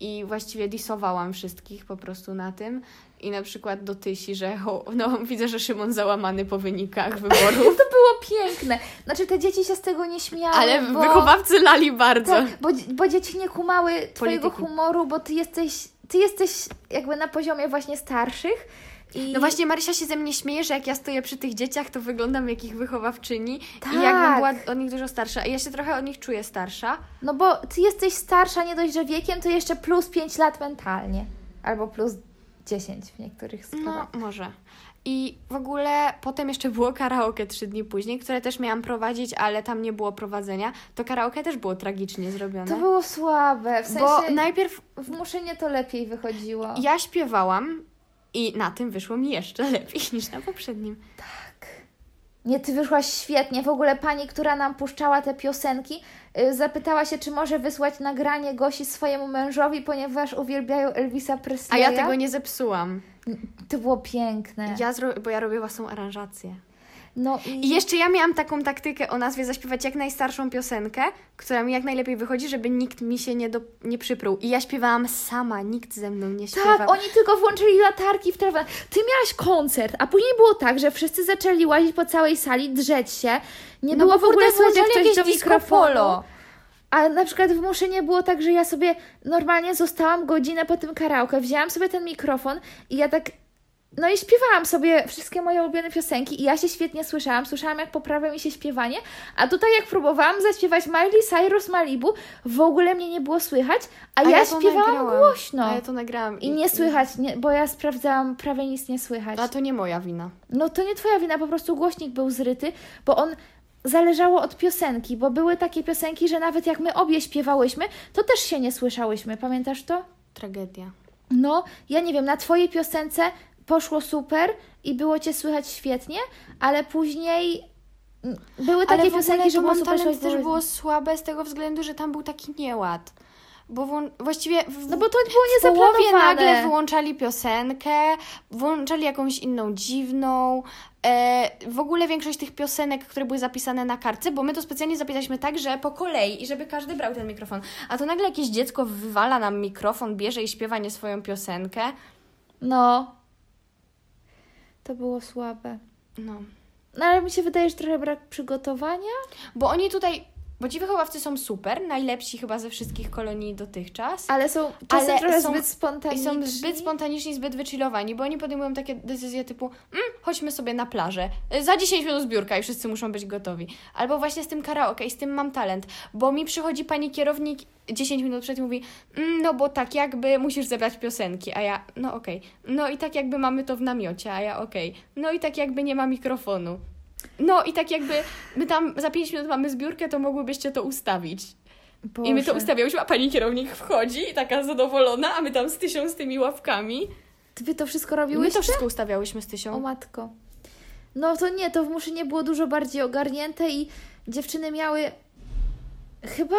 [SPEAKER 2] i właściwie disowałam wszystkich po prostu na tym. I na przykład do Tysi, że o, no, widzę, że Szymon załamany po wynikach wyborów,
[SPEAKER 1] To było piękne. Znaczy, te dzieci się z tego nie śmiały.
[SPEAKER 2] ale
[SPEAKER 1] No, bo,
[SPEAKER 2] wychowawcy lali bardzo.
[SPEAKER 1] tak, bo, bo dzieci nie kumały Twojego
[SPEAKER 2] Polityki. humoru,
[SPEAKER 1] humoru, bo ty jesteś, ty jesteś jakby na poziomie właśnie starszych. I...
[SPEAKER 2] No właśnie, Marysia się ze mnie śmieje, że jak ja stoję przy tych dzieciach, to wyglądam jak ich wychowawczyni. I jakbym
[SPEAKER 1] Tak.
[SPEAKER 2] była od nich dużo starsza. I ja się trochę od nich czuję starsza.
[SPEAKER 1] No bo ty jesteś starsza nie dość, że wiekiem, to jeszcze plus 5 lat mentalnie. Albo plus 10 w niektórych
[SPEAKER 2] No,
[SPEAKER 1] sprawach.
[SPEAKER 2] może. I w ogóle potem jeszcze było karaoke trzy dni później, które też miałam prowadzić, ale tam nie było prowadzenia. To karaoke też było tragicznie zrobione.
[SPEAKER 1] To było słabe. W sensie
[SPEAKER 2] Bo najpierw
[SPEAKER 1] w Muszynie to lepiej wychodziło.
[SPEAKER 2] ja śpiewałam i na tym wyszło mi jeszcze lepiej niż na poprzednim.
[SPEAKER 1] Nie, ty wyszłaś świetnie. W ogóle pani, która nam puszczała te piosenki, y, zapytała się, czy może wysłać nagranie Gosi swojemu mężowi, ponieważ uwielbiają Elvisa
[SPEAKER 2] A
[SPEAKER 1] Presleya.
[SPEAKER 2] ja tego nie zepsułam.
[SPEAKER 1] To było piękne.
[SPEAKER 2] Ja zro... Bo ja robię własną aranżację.
[SPEAKER 1] No i...
[SPEAKER 2] I jeszcze ja miałam taką taktykę o nazwie zaśpiewać jak najstarszą piosenkę, która mi jak najlepiej wychodzi, żeby nikt mi się nie, do, nie przypruł. I ja śpiewałam sama, nikt ze mną nie śpiewał.
[SPEAKER 1] Tak, oni tylko włączyli latarki w trawę. Ty miałaś koncert, a później było tak, że wszyscy zaczęli łazić po całej sali, drzeć się. Nie
[SPEAKER 2] No
[SPEAKER 1] było
[SPEAKER 2] bo,
[SPEAKER 1] w ogóle
[SPEAKER 2] kurde,
[SPEAKER 1] słychać
[SPEAKER 2] włączali
[SPEAKER 1] ktoś
[SPEAKER 2] jakieś
[SPEAKER 1] do
[SPEAKER 2] disco
[SPEAKER 1] mikrofonu.
[SPEAKER 2] polo.
[SPEAKER 1] A na przykład w Muszynie było tak, że ja sobie normalnie zostałam godzinę po tym karaoke, wzięłam sobie ten mikrofon i ja tak... No i śpiewałam sobie wszystkie moje ulubione piosenki i ja się świetnie słyszałam, słyszałam jak poprawia mi się śpiewanie, a tutaj jak próbowałam zaśpiewać Miley Cyrus Malibu, w ogóle mnie nie było słychać, a, ja,
[SPEAKER 2] to
[SPEAKER 1] śpiewałam
[SPEAKER 2] nagrałam.
[SPEAKER 1] głośno.
[SPEAKER 2] A ja to nagrałam.
[SPEAKER 1] I nie słychać, nie, bo ja sprawdzałam, prawie nic nie słychać.
[SPEAKER 2] A to nie moja wina.
[SPEAKER 1] No to nie twoja wina, po prostu głośnik był zryty, bo on zależało od piosenki, bo były takie piosenki, że nawet jak my obie śpiewałyśmy, to też się nie słyszałyśmy. Pamiętasz to?
[SPEAKER 2] Tragedia.
[SPEAKER 1] No, ja nie wiem, na twojej piosence poszło super i było cię słychać świetnie, ale później mm, były takie
[SPEAKER 2] Ale w ogóle
[SPEAKER 1] piosenki, że
[SPEAKER 2] to
[SPEAKER 1] było
[SPEAKER 2] Mam
[SPEAKER 1] super
[SPEAKER 2] Talent też
[SPEAKER 1] słychać.
[SPEAKER 2] było słabe z tego względu, że tam był taki nieład. Bo wą- właściwie... W...
[SPEAKER 1] No bo to było
[SPEAKER 2] w połowie
[SPEAKER 1] niezaplanowane.
[SPEAKER 2] nagle wyłączali piosenkę, włączali jakąś inną dziwną. E, w ogóle większość tych piosenek, które były zapisane na kartce, bo my to specjalnie zapisaliśmy tak, że po kolei i żeby każdy brał ten mikrofon. A to nagle jakieś dziecko wywala nam mikrofon, bierze i śpiewa nie swoją piosenkę.
[SPEAKER 1] No. To było słabe.
[SPEAKER 2] No.
[SPEAKER 1] No ale mi się wydaje, że trochę brak przygotowania.
[SPEAKER 2] Bo oni tutaj, bo ci wychowawcy są super, najlepsi chyba ze wszystkich kolonii dotychczas.
[SPEAKER 1] Ale są czasem
[SPEAKER 2] Ale
[SPEAKER 1] trochę
[SPEAKER 2] są-
[SPEAKER 1] zbyt
[SPEAKER 2] I
[SPEAKER 1] spontaniczni.
[SPEAKER 2] są zbyt spontaniczni, zbyt wychillowani, bo oni podejmują takie decyzje typu mm, chodźmy sobie na plażę, Y, za 10 minut zbiórka i wszyscy muszą być gotowi. Albo właśnie z tym karaoke i z tym mam talent, bo mi przychodzi pani kierownik 10 minut przed i mówi mm, no bo tak jakby musisz zebrać piosenki, a ja no okej, no i tak jakby mamy to w namiocie, a ja okej, no i tak jakby nie ma mikrofonu. No i tak jakby my tam za 5 minut mamy zbiórkę, to mogłybyście to ustawić. I my to
[SPEAKER 1] Boże.
[SPEAKER 2] ustawiałyśmy, a pani kierownik wchodzi i taka zadowolona, a my tam z tysią z tymi ławkami.
[SPEAKER 1] Wy to wszystko
[SPEAKER 2] My
[SPEAKER 1] robiłyście?
[SPEAKER 2] to wszystko ustawiałyśmy z tysią.
[SPEAKER 1] O matko. No to nie, to w Muszynie było dużo bardziej ogarnięte i dziewczyny miały chyba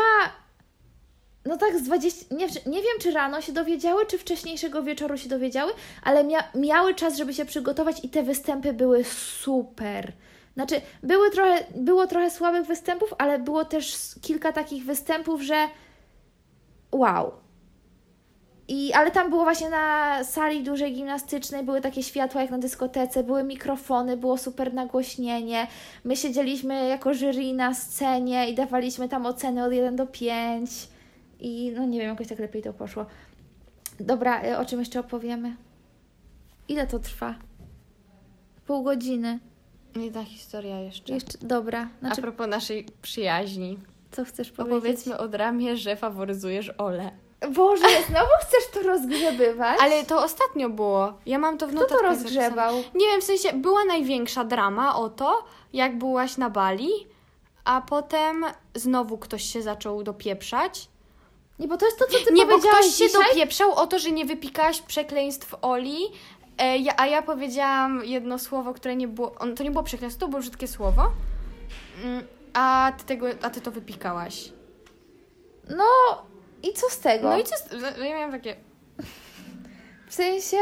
[SPEAKER 1] no tak z 20, nie, nie wiem czy rano się dowiedziały, czy wcześniejszego wieczoru się dowiedziały, ale mia, miały czas, żeby się przygotować i te występy były super. Znaczy, były trochę, było trochę słabych występów, ale było też kilka takich występów, że wow. I, ale tam było właśnie na sali dużej gimnastycznej, były takie światła jak na dyskotece, były mikrofony, było super nagłośnienie. My siedzieliśmy jako jury na scenie i dawaliśmy tam oceny od 1 do 5. I no nie wiem, jakoś tak lepiej to poszło. Dobra, y, o czym jeszcze opowiemy? Ile to trwa? Pół godziny.
[SPEAKER 2] Jedna historia jeszcze.
[SPEAKER 1] Jeszcze, dobra.
[SPEAKER 2] A
[SPEAKER 1] Znaczy,
[SPEAKER 2] propos naszej przyjaźni.
[SPEAKER 1] co chcesz powiedzieć?
[SPEAKER 2] Opowiedzmy od ramie, że faworyzujesz Ole.
[SPEAKER 1] Boże, znowu chcesz to rozgrzebywać?
[SPEAKER 2] Ale to ostatnio było. Ja mam to w
[SPEAKER 1] Kto
[SPEAKER 2] notatkach
[SPEAKER 1] to
[SPEAKER 2] zapisane.
[SPEAKER 1] rozgrzewał?
[SPEAKER 2] Nie wiem, w sensie była największa drama o to, jak byłaś na Bali, a potem znowu ktoś się zaczął dopieprzać.
[SPEAKER 1] Nie, bo to jest to, co ty
[SPEAKER 2] nie, bo
[SPEAKER 1] powiedziałaś
[SPEAKER 2] ktoś się
[SPEAKER 1] dzisiaj.
[SPEAKER 2] dopieprzał o to, że nie wypikałaś przekleństw Oli, e, ja, a ja powiedziałam jedno słowo, które nie było, on, to nie było przekleństwo, to było brzydkie słowo, Mm, a ty, tego, a ty to wypikałaś.
[SPEAKER 1] No i co z tego?
[SPEAKER 2] No i co, z- ja miałam takie...
[SPEAKER 1] W sensie,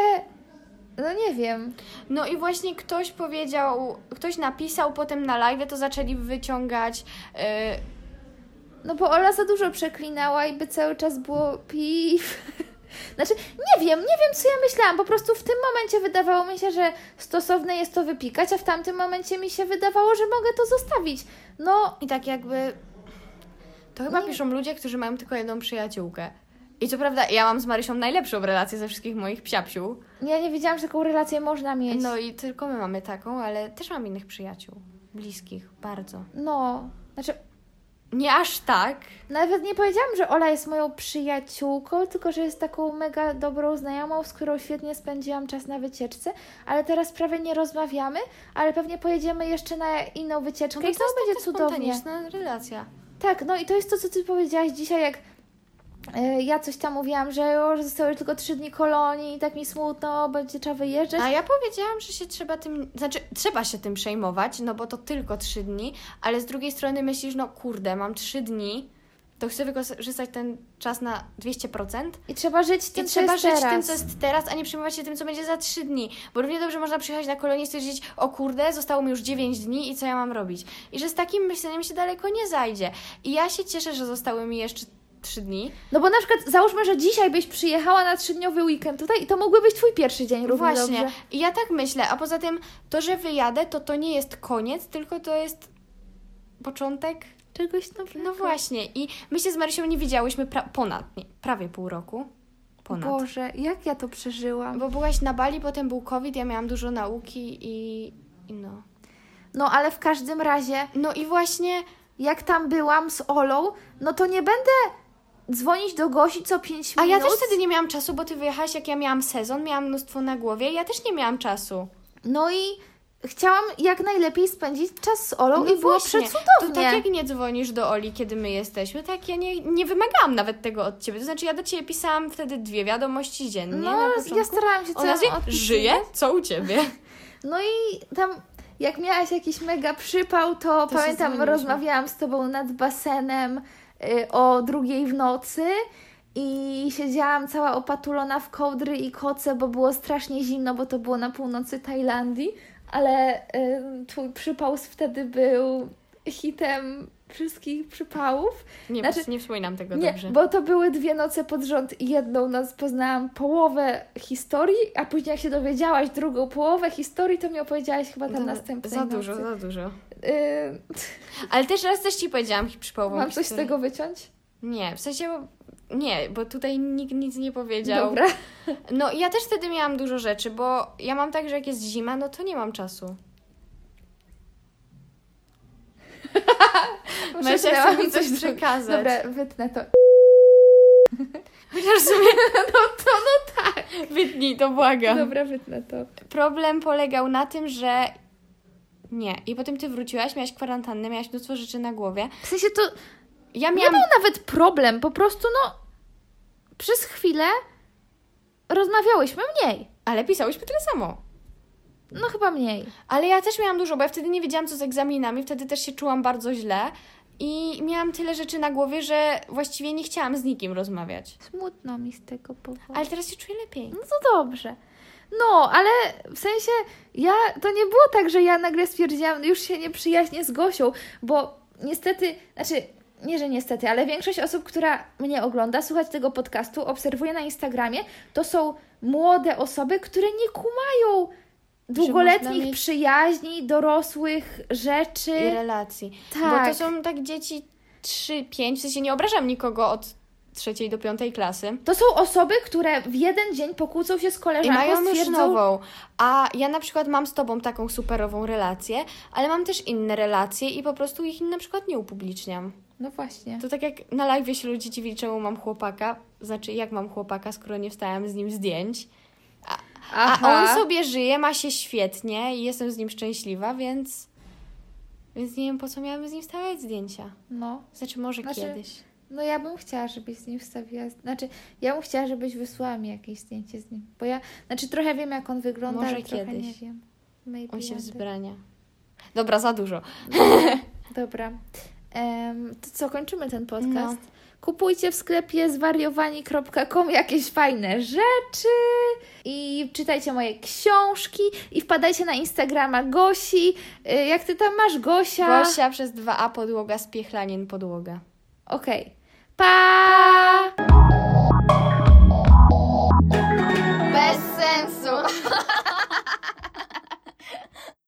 [SPEAKER 1] no nie wiem.
[SPEAKER 2] No i właśnie ktoś powiedział, ktoś napisał potem na live, to zaczęli wyciągać, e,
[SPEAKER 1] No bo Ola za dużo przeklinała i by cały czas było piw. Znaczy, nie wiem, nie wiem co ja myślałam. Po prostu w tym momencie wydawało mi się, że stosowne jest to wypikać, a w tamtym momencie mi się wydawało, że mogę to zostawić. No,
[SPEAKER 2] I tak jakby. To chyba
[SPEAKER 1] Nie.
[SPEAKER 2] piszą ludzie, którzy mają tylko jedną przyjaciółkę. I co prawda, ja mam z Marysią najlepszą relację ze wszystkich moich psiapsił.
[SPEAKER 1] ja nie wiedziałam, że taką relację można mieć.
[SPEAKER 2] No i tylko my mamy taką, ale też mam innych przyjaciół. Bliskich, bardzo.
[SPEAKER 1] No, znaczy,
[SPEAKER 2] Nie aż tak.
[SPEAKER 1] nawet nie powiedziałam, że Ola jest moją przyjaciółką, tylko że jest taką mega dobrą znajomą, z którą świetnie spędziłam czas na wycieczce, ale teraz prawie nie rozmawiamy, ale pewnie pojedziemy jeszcze na inną wycieczkę
[SPEAKER 2] No
[SPEAKER 1] i to będzie cudownie.
[SPEAKER 2] spontaniczna relacja.
[SPEAKER 1] Tak, no i to jest to, co ty powiedziałaś dzisiaj, jak e, ja coś tam mówiłam, że już zostały tylko trzy dni kolonii i tak mi smutno, będzie trzeba wyjeżdżać.
[SPEAKER 2] A ja powiedziałam, że się trzeba tym, znaczy trzeba się tym przejmować, no bo to tylko trzy dni, ale z drugiej strony myślisz, no kurde, mam trzy dni to chcę wykorzystać ten czas na 200%.
[SPEAKER 1] I trzeba żyć
[SPEAKER 2] I
[SPEAKER 1] tym, co
[SPEAKER 2] trzeba
[SPEAKER 1] jest
[SPEAKER 2] żyć
[SPEAKER 1] teraz.
[SPEAKER 2] tym, co jest teraz, a nie przejmować się tym, co będzie za trzy dni. Bo równie dobrze można przyjechać na kolonie i stwierdzić, o kurde, zostało mi już dziewięć dni i co ja mam robić? I że z takim myśleniem się daleko nie zajdzie. I ja się cieszę, że zostały mi jeszcze trzy dni.
[SPEAKER 1] No bo na przykład załóżmy, że dzisiaj byś przyjechała na trzydniowy weekend tutaj i to mógłby być twój pierwszy dzień równie
[SPEAKER 2] Właśnie.
[SPEAKER 1] dobrze.
[SPEAKER 2] I ja tak myślę. A poza tym, to, że wyjadę, to to nie jest koniec, tylko to jest początek.
[SPEAKER 1] Czegoś nowego.
[SPEAKER 2] No właśnie. I my się z Marysią nie widziałyśmy pra- ponad, nie, prawie pół roku. Ponad.
[SPEAKER 1] Boże, jak ja to przeżyłam.
[SPEAKER 2] Bo byłaś na Bali, potem był COVID, ja miałam dużo nauki i, i no.
[SPEAKER 1] No ale w każdym razie,
[SPEAKER 2] No i właśnie,
[SPEAKER 1] jak tam byłam z Olą, no to nie będę dzwonić do Gosi co 5 minut.
[SPEAKER 2] a ja też wtedy nie miałam czasu, bo ty wyjechałaś, jak ja miałam sezon, miałam mnóstwo na głowie, ja też nie miałam czasu.
[SPEAKER 1] No i chciałam jak najlepiej spędzić czas z Olą
[SPEAKER 2] No
[SPEAKER 1] i było
[SPEAKER 2] właśnie,
[SPEAKER 1] przecudownie.
[SPEAKER 2] To tak jak nie dzwonisz do Oli, kiedy my jesteśmy, tak ja nie, nie wymagałam nawet tego od ciebie. To znaczy ja do ciebie pisałam wtedy dwie wiadomości dziennie
[SPEAKER 1] No,
[SPEAKER 2] na
[SPEAKER 1] ja
[SPEAKER 2] początku.
[SPEAKER 1] starałam się
[SPEAKER 2] Ona
[SPEAKER 1] co
[SPEAKER 2] wie, żyje? Co u ciebie?
[SPEAKER 1] No i tam, jak miałaś jakiś mega przypał, to,
[SPEAKER 2] się
[SPEAKER 1] pamiętam,
[SPEAKER 2] dzwoniliśmy.
[SPEAKER 1] rozmawiałam z tobą nad basenem y, o drugiej w nocy i siedziałam cała opatulona w kołdry i koce, bo było strasznie zimno, bo to było na północy Tajlandii, ale y, twój przypał z wtedy był hitem wszystkich przypałów.
[SPEAKER 2] Nie,
[SPEAKER 1] Znaczy-
[SPEAKER 2] nie wspominam tego
[SPEAKER 1] Nie,
[SPEAKER 2] dobrze.
[SPEAKER 1] bo to były dwie noce pod rząd i jedną noc poznałam połowę historii, a później jak się dowiedziałaś drugą połowę historii, to mi opowiedziałaś chyba tam
[SPEAKER 2] Za-
[SPEAKER 1] następnej
[SPEAKER 2] Za dużo,
[SPEAKER 1] nocy.
[SPEAKER 2] za dużo.
[SPEAKER 1] Yy,
[SPEAKER 2] Ale też raz też ci powiedziałam przypałową
[SPEAKER 1] mam coś z
[SPEAKER 2] historię.
[SPEAKER 1] tego wyciąć?
[SPEAKER 2] Nie, w sensie bo- nie, bo tutaj nikt nic nie powiedział.
[SPEAKER 1] Dobra.
[SPEAKER 2] No i ja też wtedy miałam dużo rzeczy, bo ja mam tak, że jak jest zima, no to nie mam czasu.
[SPEAKER 1] No,
[SPEAKER 2] Myślę,
[SPEAKER 1] Przecież
[SPEAKER 2] chce
[SPEAKER 1] miałam
[SPEAKER 2] mi coś
[SPEAKER 1] do-
[SPEAKER 2] przekazać.
[SPEAKER 1] Dobra, wytnę to.
[SPEAKER 2] Chociaż w sumie... No to no tak. Wytnij to, błagam.
[SPEAKER 1] Dobra, wytnę to.
[SPEAKER 2] Problem polegał na tym, że nie. I potem ty wróciłaś, miałaś kwarantannę, miałaś mnóstwo rzeczy na głowie.
[SPEAKER 1] W sensie to
[SPEAKER 2] Ja
[SPEAKER 1] nie
[SPEAKER 2] miałam...
[SPEAKER 1] był nawet problem, po prostu no przez chwilę rozmawiałyśmy mniej.
[SPEAKER 2] Ale pisałyśmy tyle samo.
[SPEAKER 1] No chyba mniej.
[SPEAKER 2] Ale ja też miałam dużo, bo ja wtedy nie wiedziałam, co z egzaminami, wtedy też się czułam bardzo źle i miałam tyle rzeczy na głowie, że właściwie nie chciałam z nikim rozmawiać.
[SPEAKER 1] Smutno mi z tego powodu.
[SPEAKER 2] Ale teraz się czuję lepiej.
[SPEAKER 1] No to dobrze. No, ale w sensie ja to nie było tak, że ja nagle stwierdziłam, już się nie przyjaźnię z Gosią, bo niestety, znaczy nie, że niestety, ale większość osób, która mnie ogląda, słuchać tego podcastu, obserwuje na Instagramie, to są młode osoby, które nie kumają długoletnich
[SPEAKER 2] można mieć-
[SPEAKER 1] przyjaźni, dorosłych rzeczy.
[SPEAKER 2] I relacji. Bo
[SPEAKER 1] Tak.
[SPEAKER 2] to są tak dzieci 3-5, w sensie nie obrażam nikogo od trzeciej do piątej klasy.
[SPEAKER 1] To są osoby, które w jeden dzień pokłócą się z
[SPEAKER 2] I
[SPEAKER 1] koleżanką,
[SPEAKER 2] mają już
[SPEAKER 1] stwierdzą,
[SPEAKER 2] nową. A ja na przykład mam z tobą taką superową relację, ale mam też inne relacje i po prostu ich na przykład nie upubliczniam.
[SPEAKER 1] No właśnie.
[SPEAKER 2] To tak jak na live się ludzie dziwili, czemu mam chłopaka, znaczy jak mam chłopaka, skoro nie wstałam z nim zdjęć. A on sobie żyje, ma się świetnie i jestem z nim szczęśliwa, więc. Więc nie wiem, po co miałabym z nim stawiać zdjęcia.
[SPEAKER 1] No.
[SPEAKER 2] Znaczy, może
[SPEAKER 1] Znaczy-
[SPEAKER 2] kiedyś.
[SPEAKER 1] No ja bym chciała, żebyś z nim wstawiła. Znaczy, ja bym chciała, żebyś wysłała mi jakieś zdjęcie z nim. Bo ja, znaczy trochę wiem, jak on wygląda,
[SPEAKER 2] Może
[SPEAKER 1] ale trochę
[SPEAKER 2] kiedyś.
[SPEAKER 1] nie wiem. Maybe
[SPEAKER 2] On się
[SPEAKER 1] one day.
[SPEAKER 2] wzbrania. Dobra, za dużo.
[SPEAKER 1] Dobra. Em, to co, kończymy ten podcast.
[SPEAKER 2] No.
[SPEAKER 1] Kupujcie w sklepie zwariowani.com jakieś fajne rzeczy i czytajcie moje książki i wpadajcie na Instagrama Gosi. Y, Jak ty tam masz, Gosia?
[SPEAKER 2] Gosia przez 2A podłoga, spiechlanin podłoga.
[SPEAKER 1] Okej. Pa!